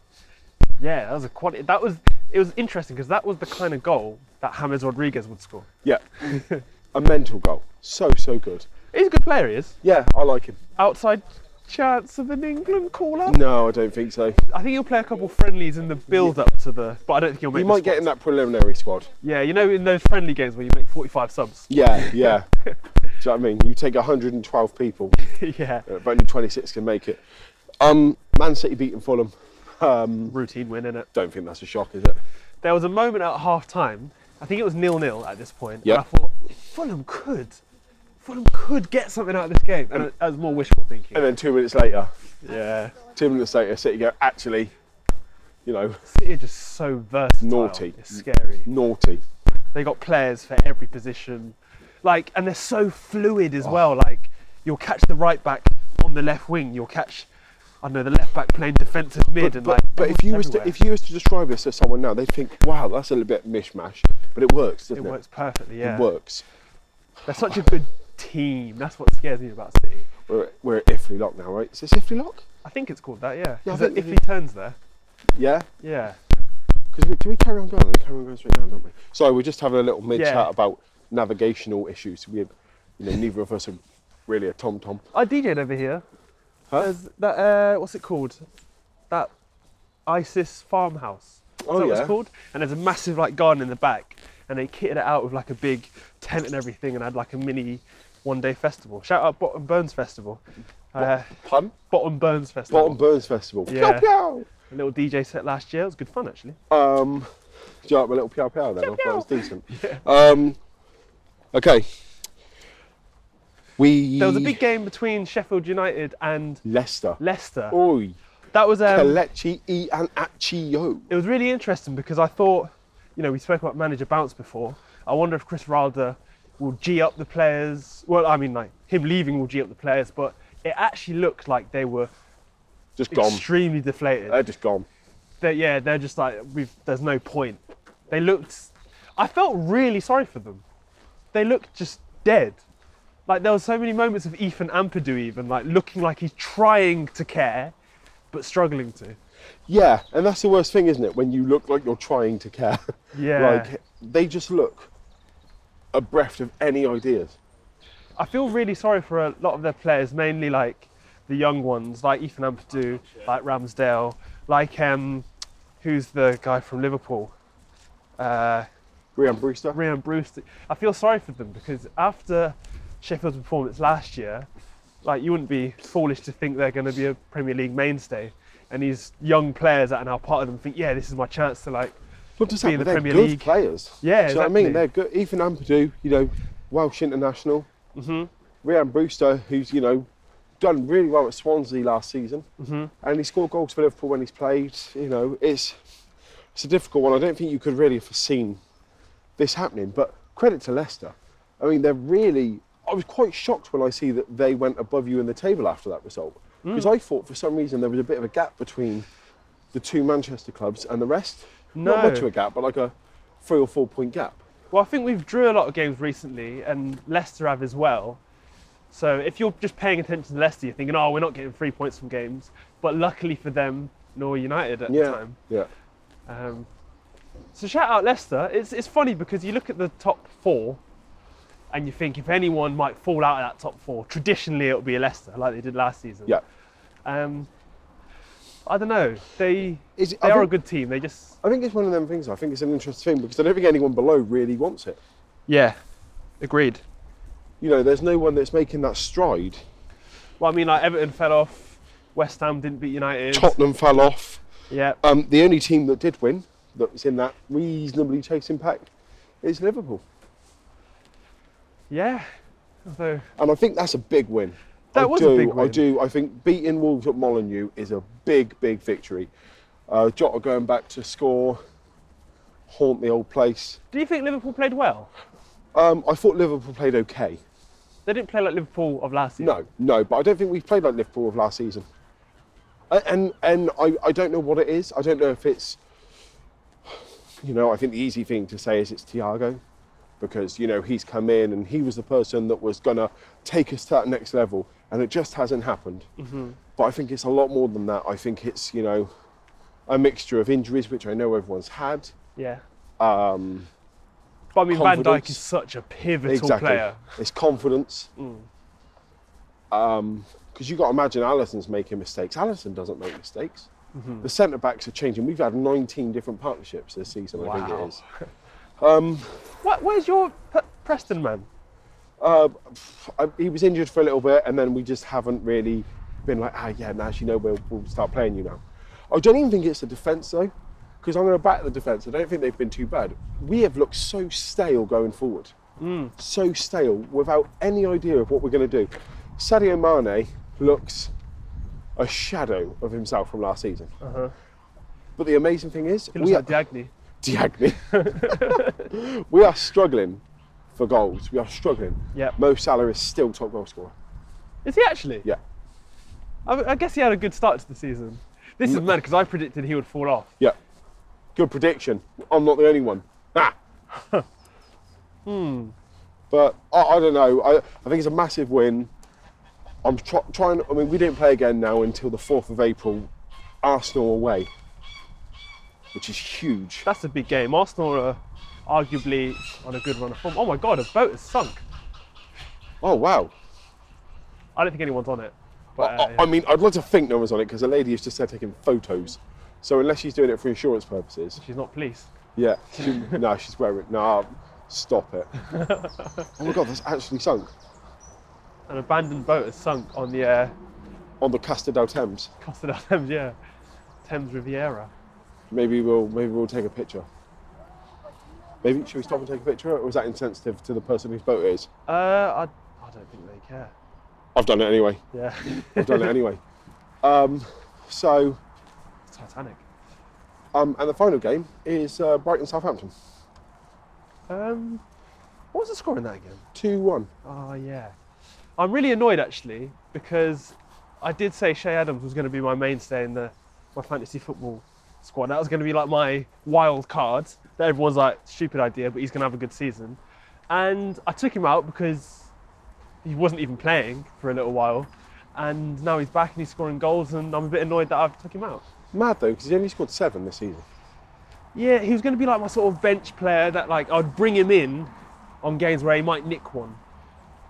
S1: Yeah, that was a quality. That was it was interesting because that was the kind of goal that James Rodriguez would score.
S2: Yeah. a mental goal. So, so good.
S1: He's a good player, he is.
S2: Yeah, I like him.
S1: Outside chance of an England call up.
S2: No, I don't think so.
S1: I think he'll play a couple friendlies in the build up to the, but I don't think he'll make.
S2: You
S1: the
S2: might get in
S1: squad.
S2: that preliminary squad.
S1: Yeah, you know, in those friendly games where you make 45 subs.
S2: Yeah, yeah. Do you know what I mean? You take 112 people,
S1: yeah,
S2: uh, but only 26 can make it. Um, Man City beating Fulham. Um,
S1: routine win in it.
S2: don't think that's a shock, is it?
S1: There was a moment at half time. I think it was nil nil at this point. and
S2: Yep.
S1: I thought Fulham could, Fulham could get something out of this game, and that was more wishful thinking.
S2: And then two minutes later,
S1: Yeah,
S2: two minutes later, City go, actually, you know,
S1: City are just so versatile.
S2: Naughty.
S1: It's scary.
S2: naughty.
S1: They got players for every position, like, and they're so fluid
S2: Oh.
S1: as well. Like, you'll catch the right back on the left wing. You'll catch, I don't know, the left back playing defensive mid,
S2: But,
S1: and
S2: but-
S1: like.
S2: but if you was to
S1: everywhere.
S2: if you was to describe this to someone now, they'd think, wow, that's a little bit mishmash, but it works, doesn't
S1: it
S2: it?
S1: works perfectly. Yeah,
S2: It works.
S1: they're such a good team. That's what scares me about City.
S2: We're at, we're at Ifley Lock now, right? Is this Ifley Lock?
S1: I think it's called that. Yeah,
S2: Yeah, I
S1: 'Cause
S2: think
S1: if
S2: it
S1: he
S2: is.
S1: turns there,
S2: Yeah.
S1: yeah.
S2: Because we, do we carry on going? We carry on going straight down, don't we? Sorry, we're just having a little mid chat
S1: Yeah.
S2: about navigational issues. We, have, you know, neither of us are really a tom tom.
S1: I DJ'd over here.
S2: Huh?
S1: There's that uh, what's it called? That ISIS farmhouse. Is
S2: Oh,
S1: that what
S2: yeah.
S1: it's called? And there's a massive like garden in the back, and they kitted it out with like a big tent and everything, and had like a mini one-day festival. Shout out Bottom Burns Festival. Uh,
S2: Pun.
S1: Bottom Burns Festival.
S2: Bottom Burns Festival.
S1: Yeah.
S2: Pew
S1: A little DJ set last year. It was good fun actually.
S2: pew. Um, do you like my little pew pew then? I thought it was decent. Um, okay. We.
S1: There was a big game between Sheffield United and
S2: Leicester.
S1: Leicester.
S2: Oi.
S1: That was um,
S2: Kelechi E and Achio.
S1: it was really interesting because I thought, you know, we spoke about manager bounce before. I wonder if Chris Wilder will G up the players. Well, I mean, like him leaving will G up the players, but it actually looked like they were
S2: Just gone. Uh,
S1: extremely deflated.
S2: They're just gone.
S1: They- yeah, they're just like, we've, there's no point. They looked, I felt really sorry for them. They looked just dead. Like there were so many moments of Ethan Ampadu even like looking like he's trying to care, but struggling to.
S2: Yeah, and that's the worst thing, isn't it? When you look like you're trying to care.
S1: Yeah.
S2: Like they just look abreast of any ideas.
S1: I feel really sorry for a lot of their players, mainly like the young ones, like Ethan Ampadu, like Ramsdale, like um, who's the guy from Liverpool, uh,
S2: Rian Brewster.
S1: Ryan Brewster. I feel sorry for them because after Sheffield's performance last year, like you wouldn't be foolish to think they're going to be a Premier League mainstay, and these young players that are now part of them think, yeah, this is my chance to like,
S2: What does
S1: be in
S2: happen?
S1: the
S2: They're
S1: Premier
S2: good
S1: League.
S2: players.
S1: Yeah,
S2: Do you know what I mean?
S1: exactly.
S2: They're good. Ethan Ampadu, you know, Welsh international.
S1: Mhm.
S2: Rian Brewster, who's you know done really well at Swansea last season,
S1: Mhm.
S2: and he scored goals for Liverpool when he's played. You know, it's it's a difficult one. I don't think you could really have foreseen this happening. But credit to Leicester. I mean, they're really. I was quite shocked when I see that they went above you in the table after that result
S1: Hmm.
S2: because I thought for some reason there was a bit of a gap between the two Manchester clubs and the rest. Not
S1: No.
S2: much of a gap, but like a three or four point gap.
S1: well, I think we've drew a lot of games recently, and Leicester have as well. So if you're just paying attention to Leicester, you're thinking, oh, we're not getting three points from games. But luckily for them, nor United at the
S2: Yeah.
S1: time.
S2: Yeah.
S1: Um, so shout out Leicester. It's, it's funny because you look at the top four and you think if anyone might fall out of that top four, traditionally it'll be Leicester, like they did last season.
S2: Yeah.
S1: Um, I don't know. They,
S2: Is it-
S1: they
S2: I
S1: are a
S2: think-
S1: good team. They just,
S2: I think it's one of them things. I think it's an interesting thing because I don't think anyone below really wants it.
S1: yeah, agreed.
S2: You know, there's no one that's making that stride.
S1: Well, I mean, like Everton fell off, West Ham didn't beat United.
S2: Tottenham fell off.
S1: Yeah.
S2: Um, the only team that did win, that was in that reasonably chasing pack, is Liverpool.
S1: Yeah. Although,
S2: And I think that's a big win.
S1: That
S2: I
S1: was a
S2: do,
S1: big
S2: I
S1: win.
S2: do. I think beating Wolves at Molineux is a big, big victory. Uh, Jota going back to score, haunt the old place.
S1: do you think Liverpool played well?
S2: Um, I thought Liverpool played okay.
S1: They didn't play like Liverpool of last season.
S2: No, no, but I don't think we've played like Liverpool of last season. A- And and I, I don't know what it is. I don't know if it's you know, I think the easy thing to say is it's Thiago because you know he's come in and he was the person that was gonna take us to that next level and it just hasn't happened. But I think it's a lot more than that. I think it's, you know, a mixture of injuries which I know everyone's had.
S1: Yeah.
S2: Um,
S1: But I mean, Van Dijk
S2: Confidence.
S1: is such a pivotal
S2: exactly.
S1: player. Mm.
S2: It's confidence. Because you've got to imagine Allison's making mistakes. Allison doesn't make mistakes.
S1: Mm-hmm.
S2: The centre backs are changing. We've had 19 different partnerships this season, I think
S1: Wow.
S2: it is. Um,
S1: What, where's your P- Preston man?
S2: Uh, pff, I, he was injured for a little bit, and then we just haven't really been like, ah, yeah, now you know we'll, we'll start playing you now. I don't even think it's the defence though, because I'm going to back the defence. I don't think they've been too bad. We have looked so stale going forward,
S1: Hmm.
S2: so stale, without any idea of what we're going to do. Sadio Mane looks a shadow of himself from last season. But the amazing thing is,
S1: Uh-huh. He looks
S2: we
S1: like
S2: are,
S1: Diagne.
S2: Diagne. we are struggling for goals. We are struggling.
S1: Yeah.
S2: Mo Salah is still top goal scorer.
S1: Is he actually?
S2: Yeah.
S1: I, I guess he had a good start to the season. This
S2: Mm.
S1: is mad because I predicted he would fall off.
S2: Yeah. Good prediction. I'm not the only one. Ah. hmm. But I, I don't know. I, I think it's a massive win. I'm tr- trying. I mean, we didn't play again now until the 4th of April, Arsenal away, which is huge.
S1: That's a big game. Arsenal are arguably on a good run of form. Oh my god, a boat has sunk.
S2: Oh, wow.
S1: I don't think anyone's on it.
S2: I-
S1: But, uh,
S2: I,
S1: yeah.
S2: I mean, I'd like to think no one's on it because a lady used to start taking photos. So unless she's doing it for insurance purposes,
S1: She's not police.
S2: yeah. She, no, she's wearing. No, stop it. oh my god, that's actually sunk
S1: An abandoned boat has sunk on the uh,
S2: on the Casta del Thames.
S1: Costa del Thames, yeah, Thames Riviera.
S2: Maybe we'll maybe we'll take a picture. Maybe should we stop and take a picture, or is that insensitive to the person whose boat it is?
S1: Uh, I, I don't think they care.
S2: I've done it anyway.
S1: Yeah,
S2: I've done it anyway. Um, so,
S1: Titanic.
S2: um, and the final game is uh, Brighton Southampton,
S1: Um, what was the score in that again?
S2: two one.
S1: Oh yeah, I'm really annoyed actually because I did say Shay Adams was going to be my mainstay in the my fantasy football squad. That was going to be like my wild card that everyone's like stupid idea, but he's going to have a good season. And I took him out because he wasn't even playing for a little while, and now he's back and he's scoring goals, and I'm a bit annoyed that I've took him out.
S2: Mad though, because he's only scored seven this season.
S1: Yeah, he was going to be like my sort of bench player that like I'd bring him in on games where he might nick one.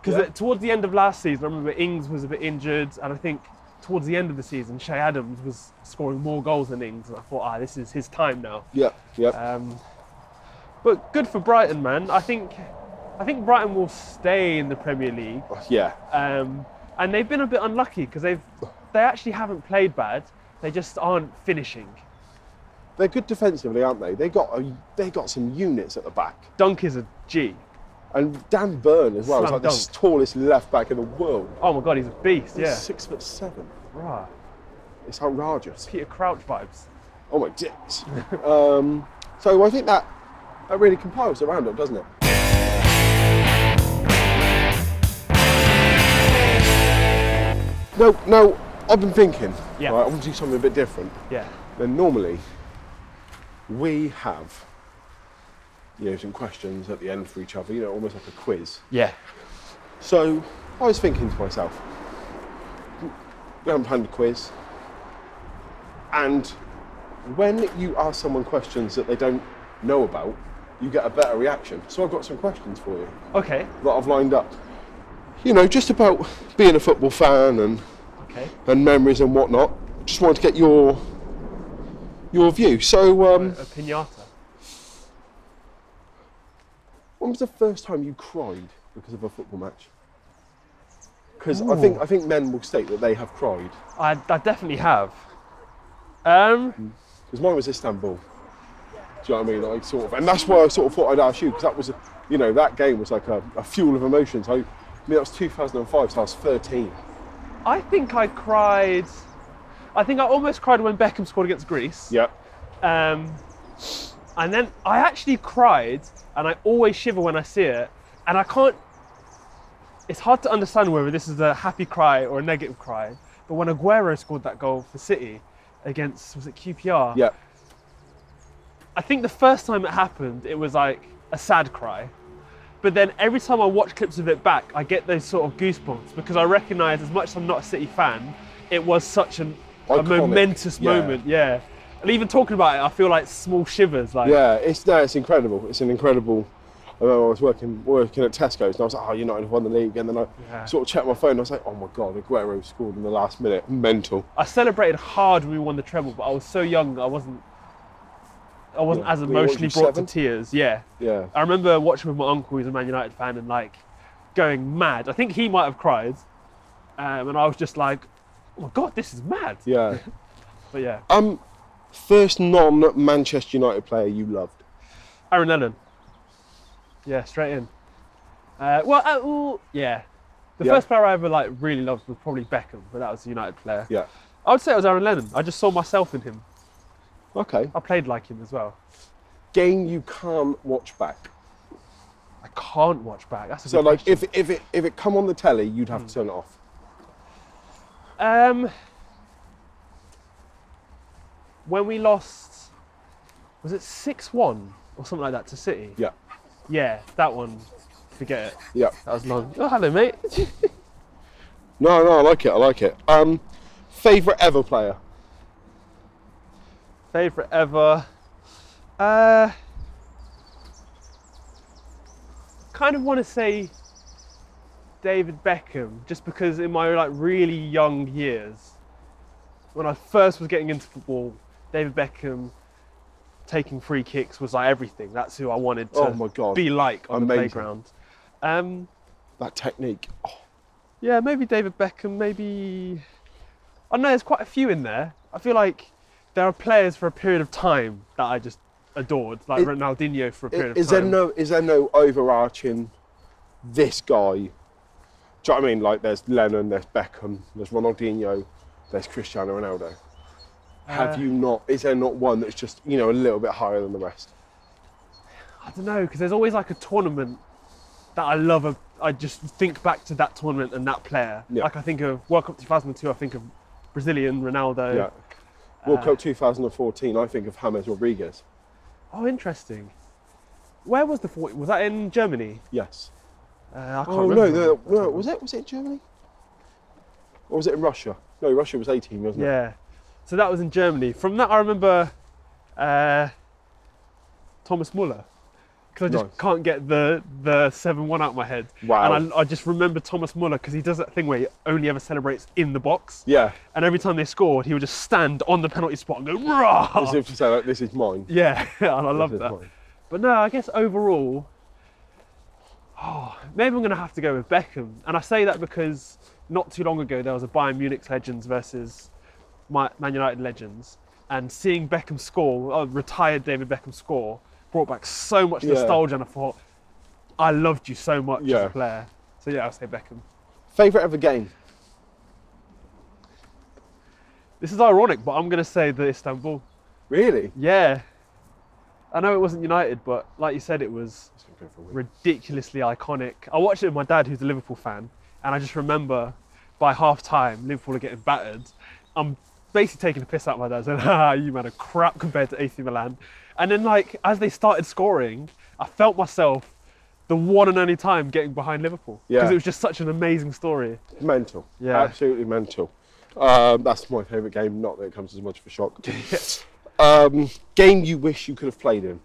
S1: Because
S2: Yeah.
S1: towards the end of last season, I remember Ings was a bit injured, and I think towards the end of the season, Shay Adams was scoring more goals than Ings, and I thought, ah, this is his time now.
S2: Yeah, yeah.
S1: Um, but good for Brighton, man. I think I think Brighton will stay in the Premier League.
S2: Yeah,
S1: Um, and they've been a bit unlucky because they've they actually haven't played bad. They just aren't finishing.
S2: they're good defensively, aren't they? They got a, they got some units at the back,
S1: Dunk is a G.
S2: and Dan Byrne as well. is
S1: Slam
S2: like the
S1: dunk.
S2: tallest left back in the world.
S1: Oh my god, he's a beast.
S2: He's
S1: Yeah.
S2: six foot seven.
S1: Rah.
S2: It's outrageous.
S1: Peter Crouch vibes.
S2: Oh my dicks. um, so I think that that really compiles the roundup, doesn't it? No, no. I've been thinking.
S1: Yeah.
S2: Right, I want to do something a bit different.
S1: Yeah.
S2: Then normally we have you know some questions at the end for each other. You know, almost like a quiz.
S1: Yeah.
S2: So I was thinking to myself, we haven't planned a quiz. And when you ask someone questions that they don't know about, you get a better reaction. So I've got some questions for you
S1: Okay.
S2: that I've lined up. You know, just about being a football fan and,
S1: Okay.
S2: and memories and whatnot. Just wanted to get your your view. So,
S1: A
S2: um,
S1: pinata.
S2: when was the first time you cried because of a football match? Because I think I think men will state that they have cried.
S1: I, I definitely have. Um.
S2: because mine was Istanbul. Do you know what I mean? Like sort of, and that's why I sort of thought I'd ask you because that was, a- you know, that game was like a, a fuel of emotions. I, I mean, that was 2005, so I was 13.
S1: I think I cried. I think I almost cried when Beckham scored against Greece.
S2: Yeah.
S1: Um. And then I actually cried, and I always shiver when I see it, and I can't. It's hard to understand whether this is a happy cry or a negative cry. But when Aguero scored that goal for City against was it QPR?
S2: Yeah.
S1: I think the first time it happened, it was like a sad cry. But then every time I watch clips of it back, I get those sort of goosebumps because I recognise, as much as I'm not a City fan, it was such an, a
S2: Iconic.
S1: momentous
S2: Yeah.
S1: moment. Yeah. And even talking about it, I feel like small shivers. Like,
S2: Yeah. It's no, it's incredible. It's an incredible. I remember I was working working at Tesco's and I was like, oh, United have won the league. And then I
S1: Yeah.
S2: sort of checked my phone and I was like, oh my God, Aguero scored in the last minute. Mental.
S1: I celebrated hard when we won the treble, but I was so young, I wasn't, I wasn't
S2: Yeah.
S1: as
S2: Were you- what,
S1: emotionally
S2: you
S1: brought
S2: seven?
S1: to tears. Yeah.
S2: Yeah.
S1: I remember watching with my uncle, who's a Man United fan, and like going mad. I think he might have cried, um, and I was just like, "Oh my god, this is mad!"
S2: Yeah.
S1: But yeah,
S2: Um, first non-Manchester United player you loved.
S1: Aaron Lennon. Yeah, straight in. Uh, well, uh, ooh, yeah. The
S2: Yeah.
S1: first player I ever like really loved was probably Beckham, but that was a United player.
S2: Yeah.
S1: I would say it was Aaron Lennon. I just saw myself in him.
S2: Okay.
S1: I played like him as well.
S2: Game you can't watch back.
S1: I can't watch back. That's a
S2: So
S1: good
S2: like,
S1: question.
S2: if if it if it come on the telly, you'd have to turn it off.
S1: Um, when we lost, was it six one or something like that to City?
S2: Yeah.
S1: Yeah, that one. Forget it.
S2: Yeah.
S1: That was long. Oh, hello, mate.
S2: No, no, I like it. I like it. Um, favorite ever player.
S1: Favorite ever. Uh, kind of want to say David Beckham, just because in my like really young years, when I first was getting into football, David Beckham taking free kicks was like everything. That's who I wanted to
S2: Oh my God.
S1: be like on the
S2: Amazing.
S1: playground. Um,
S2: That technique. Oh,
S1: yeah, maybe David Beckham, maybe. I know there's quite a few in there. I feel like there are players for a period of time that I just adored, like
S2: Is-
S1: Ronaldinho for a period
S2: is
S1: of time.
S2: there no is there no overarching? This guy. Do you know what I mean? Like, there's Lennon, there's Beckham, there's Ronaldinho, there's Cristiano Ronaldo. Have
S1: Uh,
S2: you not? Is there not one that's just you know a little bit higher than the rest?
S1: I don't know because there's always like a tournament that I love. A, I just think back to that tournament and that player.
S2: Yeah.
S1: Like I think of World Cup 2002. I think of Brazilian Ronaldo.
S2: Yeah. World
S1: Uh,
S2: Cup 2014. I think of James Rodriguez.
S1: Oh, interesting. Where was the 40? Was that in Germany?
S2: Yes.
S1: Uh, I can't
S2: Oh no,
S1: remember.
S2: no, no, was it was it Germany? Or was it in Russia? No, Russia was 18, wasn't it?
S1: Yeah. So that was in Germany. From that, I remember uh, Thomas Muller because I just
S2: Nice.
S1: can't get the the seven one out of my head.
S2: Wow.
S1: And I, I just remember Thomas Muller because he does that thing where he only ever celebrates in the box.
S2: Yeah.
S1: And every time they scored, he would just stand on the penalty spot and go
S2: As
S1: rah.
S2: if to say like, this is mine.
S1: Yeah, and I Oh. love
S2: This is
S1: that.
S2: mine.
S1: But no, I guess overall, oh, maybe I'm going to have to go with Beckham. And I say that because not too long ago there was a Bayern Munich legends versus my, Man United legends, and seeing Beckham score, uh, retired David Beckham score, brought back so much
S2: Yeah.
S1: nostalgia, and I thought, I loved you so much as
S2: Yeah.
S1: a player. So yeah, I'll say Beckham.
S2: Favorite ever game.
S1: This is ironic, but I'm going to say the Istanbul.
S2: Really?
S1: Yeah. I know it wasn't United, but like you said, it was ridiculously iconic. I watched it with my dad, who's a Liverpool fan, and I just remember by half time, Liverpool are getting battered. I'm basically taking the piss out of my dad, saying, ah, you man are crap compared to AC Milan. And then, like, as they started scoring, I felt myself the one and only time getting behind Liverpool. Because
S2: Yeah.
S1: it was just such an amazing story.
S2: Mental.
S1: Yeah.
S2: Absolutely mental. Um, that's my favorite game. Not that it comes as much of a shock. um, game you wish you could have played in.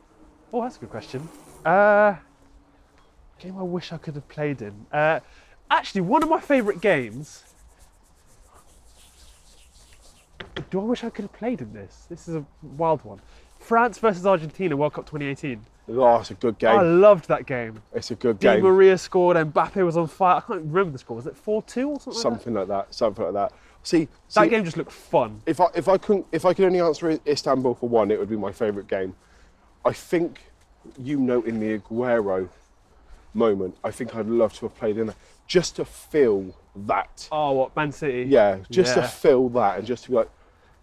S1: Oh, that's a good question. Uh, game I wish I could have played in. Uh, actually, one of my favourite games. Do I wish I could have played in this? This is a wild one. France versus Argentina, World Cup 2018.
S2: Oh, it's a good game.
S1: I loved that game.
S2: it's a good
S1: Di
S2: game.
S1: Maria scored, Mbappe was on fire. I can't remember the score. Was it 4 2 or something? like that?
S2: Something like that. Something like that. See,
S1: that
S2: see,
S1: game just looked fun.
S2: if I if I couldn't if I could only answer I- Istanbul for one, it would be my favourite game. I think you know in the Aguero moment, I think I'd love to have played in that just to feel that.
S1: Oh, what? Man City?
S2: Yeah, just
S1: Yeah.
S2: to feel that and just to be like,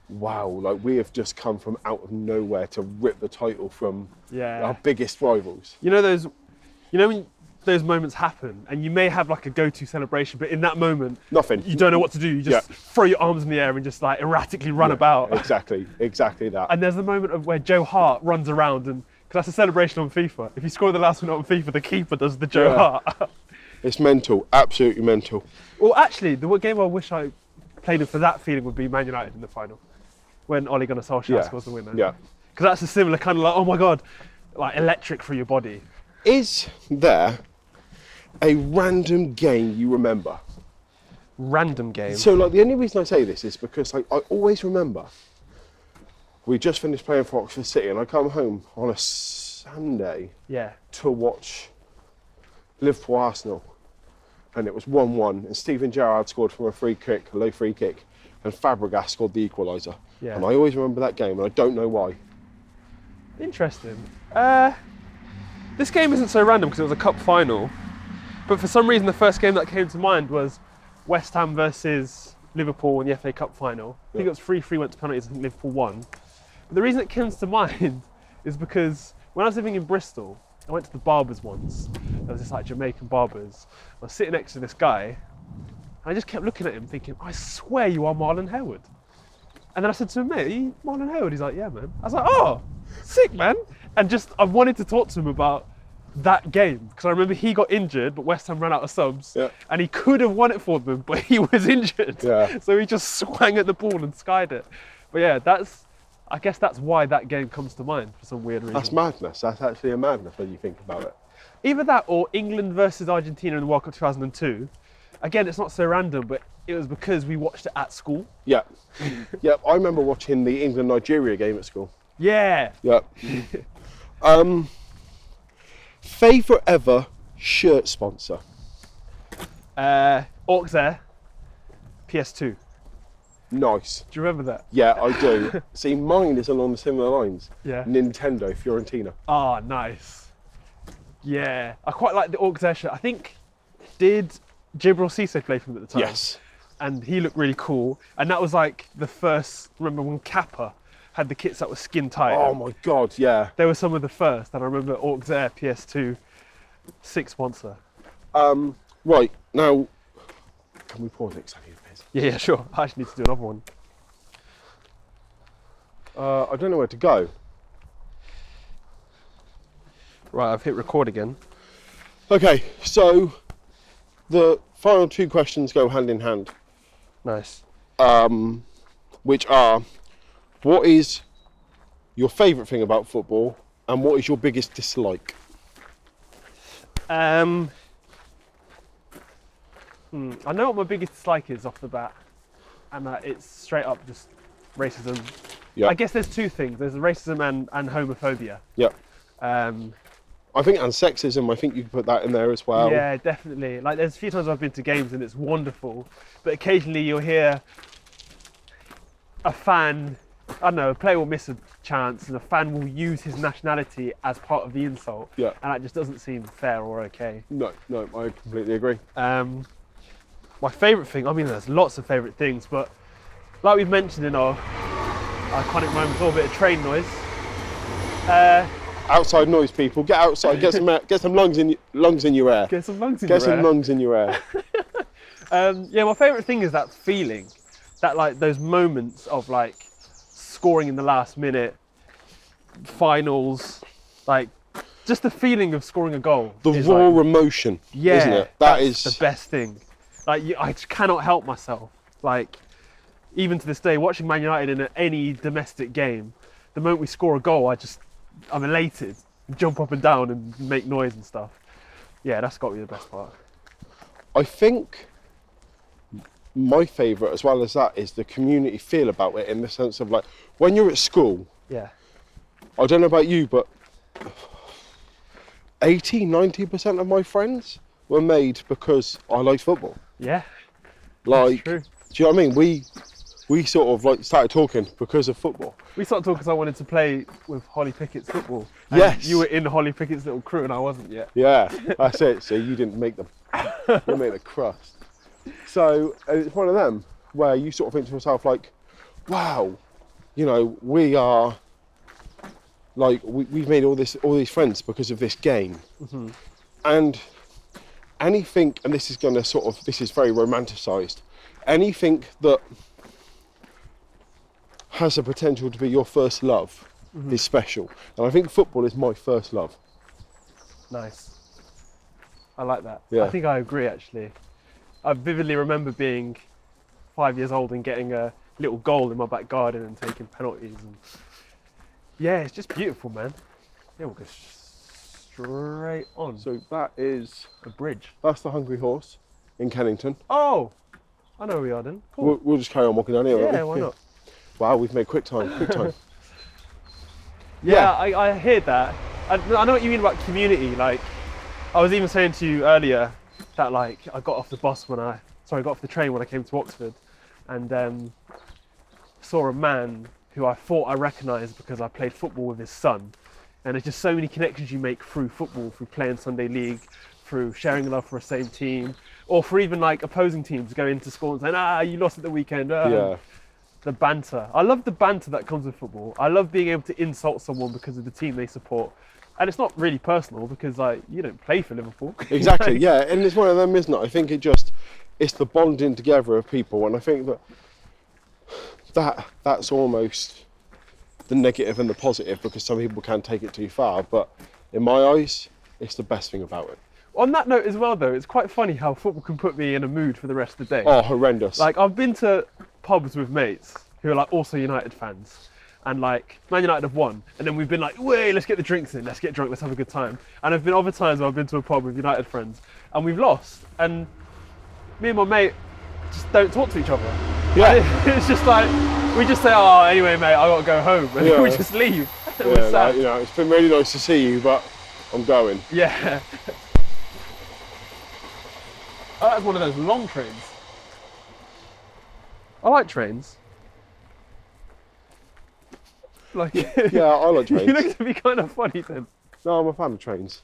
S2: wow, like we have just come from out of nowhere to rip the title from
S1: Yeah.
S2: our biggest rivals.
S1: you know those you know when those moments happen and you may have like a go-to celebration but in that moment
S2: Nothing.
S1: you don't know what to do you just
S2: Yeah.
S1: throw your arms in the air and just like erratically run
S2: Yeah,
S1: about
S2: Exactly, exactly that.
S1: and there's the moment of where joe hart runs around and because that's a celebration on fifa if you score the last minute on fifa the keeper does the joe
S2: Yeah.
S1: hart
S2: It's mental, absolutely mental.
S1: well actually the one game i wish i played in for that feeling would be man united in the final when Ole Gunnar Solskjaer
S2: Yeah,
S1: scores the winner
S2: yeah.
S1: because that's a similar kind of like oh my god like electric through your body
S2: Is there a random game you remember?
S1: random game
S2: So, like, the only reason I say this is because like, I always remember we just finished playing for Oxford City, and I come home on a Sunday
S1: yeah
S2: to watch Liverpool Arsenal, and it was 1 1. And Steven Gerrard scored from a free kick, a low free kick, and Fabregas scored the equaliser.
S1: Yeah.
S2: And I always remember that game, and I don't know why.
S1: Interesting. Uh, this game isn't so random because it was a cup final, but for some reason the first game that came to mind was West Ham versus Liverpool in the FA Cup final. I think
S2: Yeah.
S1: it was three-three went to penalties and Liverpool won. But the reason it comes to mind is because when I was living in Bristol, I went to the barbers once. There was this like Jamaican barbers. I was sitting next to this guy, and I just kept looking at him, thinking, "I swear you are Marlon Hayward." And then I said to him, mate, are you Marlon Hayward? He's like, yeah, man. I was like, oh, sick, man. And just, I wanted to talk to him about that game because I remember he got injured, but West Ham ran out of subs
S2: Yeah.
S1: and he could have won it for them, but he was injured.
S2: Yeah.
S1: So he just swung at the ball and skied it. But yeah, that's, I guess that's why that game comes to mind for some weird reason.
S2: That's madness. That's actually a madness when you think about it.
S1: Either that or England versus Argentina in the World Cup 2002. Again, it's not so random, but it was because we watched it at school.
S2: Yeah. yeah, I remember watching the England Nigeria game at school.
S1: Yeah.
S2: Yeah. um, favourite ever shirt sponsor?
S1: Uh, Orcs Air, PS2.
S2: Nice.
S1: Do you remember that?
S2: Yeah, I do. See, mine is along the similar lines.
S1: Yeah.
S2: Nintendo, Fiorentina.
S1: Ah, nice. Yeah, I quite like the Orcs shirt. I think did Gibral Cisse play for him at the time?
S2: Yes.
S1: And he looked really cool. And that was like the first. Remember when Kappa had the kits that were skin tight?
S2: Oh my God, yeah.
S1: They were some of the first, and I remember Orcs Air PS2 six sponsor.
S2: Um, right, now, can we pause it? 'Cause I need a piss.
S1: Yeah, yeah, sure. I actually need to do another one.
S2: Uh, I don't know where to go.
S1: Right, I've hit record again.
S2: Okay, so the final two questions go hand in hand,
S1: Nice.
S2: um, which are what is your favourite thing about football and what is your biggest dislike?
S1: Um, hmm, I know what my biggest dislike is off the bat, and uh, it's straight up just racism.
S2: Yeah.
S1: I guess there's two things. There's racism and, and homophobia.
S2: Yeah.
S1: Um,
S2: I think, and sexism, I think you can put that in there as well.
S1: yeah, definitely. Like there's a few times I've been to games and it's wonderful, but occasionally you'll hear a fan, I don't know, a player will miss a chance and a fan will use his nationality as part of the insult.
S2: Yeah.
S1: And that just doesn't seem fair or okay.
S2: No, no, I completely agree.
S1: Um, my favourite thing, I mean, there's lots of favourite things, but like we've mentioned in our iconic moments, a little bit of train noise. Uh,
S2: Outside noise, people. Get outside. Get some air, get some lungs in y- lungs in your air. Get,
S1: get some lungs in your
S2: some
S1: air.
S2: lungs in your air.
S1: Um, yeah, my favourite thing is that feeling, that like those moments of like scoring in the last minute, finals, like just the feeling of scoring a goal.
S2: The
S1: is,
S2: raw
S1: like,
S2: emotion,
S1: yeah,
S2: isn't it? That
S1: that's
S2: is
S1: the best thing. Like you, I just cannot help myself. Like even to this day, watching Man United in a, any domestic game, the moment we score a goal, I just I'm elated, jump up and down and make noise and stuff. Yeah, that's got to be the best part.
S2: I think my favourite, as well as that, is the community feel about it in the sense of like when you're at school.
S1: Yeah.
S2: I don't know about you, but 80, 90% of my friends were made because I liked football.
S1: Yeah.
S2: Like,
S1: true.
S2: do you know what I mean? We we sort of like started talking because of football.
S1: We started talking because I wanted to play with Holly Pickett's football. And
S2: Yes.
S1: You were in Holly Pickett's little crew and I wasn't yet.
S2: Yeah, that's it. So you didn't make the you didn't make the crust. So and it's one of them where you sort of think to yourself like, wow, you know, we are like we, we've made all this all these friends because of this game, Mm-hmm. and anything and this is going to sort of this is very romanticised. Anything that has the potential to be your first love is special, and I think football is my first love.
S1: Nice. I like that.
S2: Yeah.
S1: I think I agree actually. I vividly remember being five years old and getting a little goal in my back garden and taking penalties. And yeah, it's just beautiful, man. Yeah, we'll go s- straight on.
S2: So that is
S1: the bridge.
S2: That's the Hungry Horse in Kennington.
S1: Oh, I know where we are then. Cool.
S2: We'll, we'll just carry on walking down here. won't
S1: yeah,
S2: we?
S1: why not?
S2: Wow, we've made quick time. Quick time.
S1: Yeah, I, I hear that. I, I know what you mean about community. Like, I was even saying to you earlier, that like I got off the bus when I sorry, I got off the train when I came to Oxford, and um, saw a man who I thought I recognised because I played football with his son. And there's just so many connections you make through football, through playing Sunday league, through sharing love for the same team, or for even like opposing teams going to school and saying, ah, you lost at the weekend. ah."
S2: yeah.
S1: The banter. I love the banter that comes with football. I love being able to insult someone because of the team they support. And it's not really personal because like you don't play for Liverpool.
S2: Exactly. yeah, and it's one of them, isn't it? I think it just it's the bonding together of people, and I think that that that's almost the negative and the positive because some people can take it too far, but in my eyes, it's the best thing about it.
S1: On that note as well though, it's quite funny how football can put me in a mood for the rest of the day.
S2: Oh, horrendous!
S1: Like I've been to pubs with mates who are like also United fans, and like Man United have won, and then we've been like, "Way, let's get the drinks in, let's get drunk, let's have a good time." And I've been other times where I've been to a pub with United friends, and we've lost, and me and my mate just don't talk to each other.
S2: yeah,
S1: It's just like we just say, "Oh, anyway, mate, I gotta go home," and
S2: Yeah.
S1: we just leave.
S2: yeah
S1: We're sad.
S2: like, you know, it's been really nice to see you, but I'm going.
S1: Yeah. Oh, that's one of those long trains. I like trains. Like,
S2: Yeah, I like
S1: you
S2: trains.
S1: look to be kind of funny then.
S2: no, I'm a fan of trains.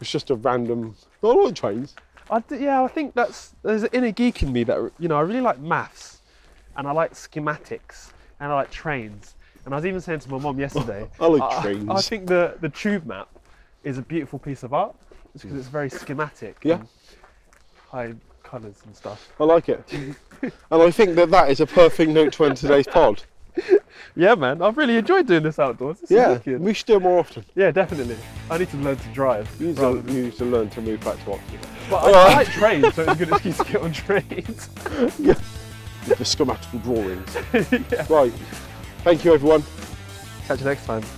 S2: It's just a random. I like trains.
S1: I d- yeah, I think that's there's an inner geek in me that you know I really like maths, and I like schematics, and I like trains. And I was even saying to my mum yesterday,
S2: I like
S1: I,
S2: trains.
S1: think the the tube map is a beautiful piece of art. It's because it's very schematic.
S2: Yeah.
S1: and High colours and stuff.
S2: I like it, and I think that that is a perfect note to end today's pod.
S1: Yeah, man, I've really enjoyed doing this outdoors. This is
S2: Yeah,
S1: wicked.
S2: we should do it more often.
S1: yeah, definitely. I need to learn to drive.
S2: You need,
S1: rather
S2: to, you need to learn to move back to Oxford.
S1: But I, I like trains, so it's a good excuse to get on trains.
S2: The schematical drawings. Right. Thank you, everyone.
S1: Catch you next time.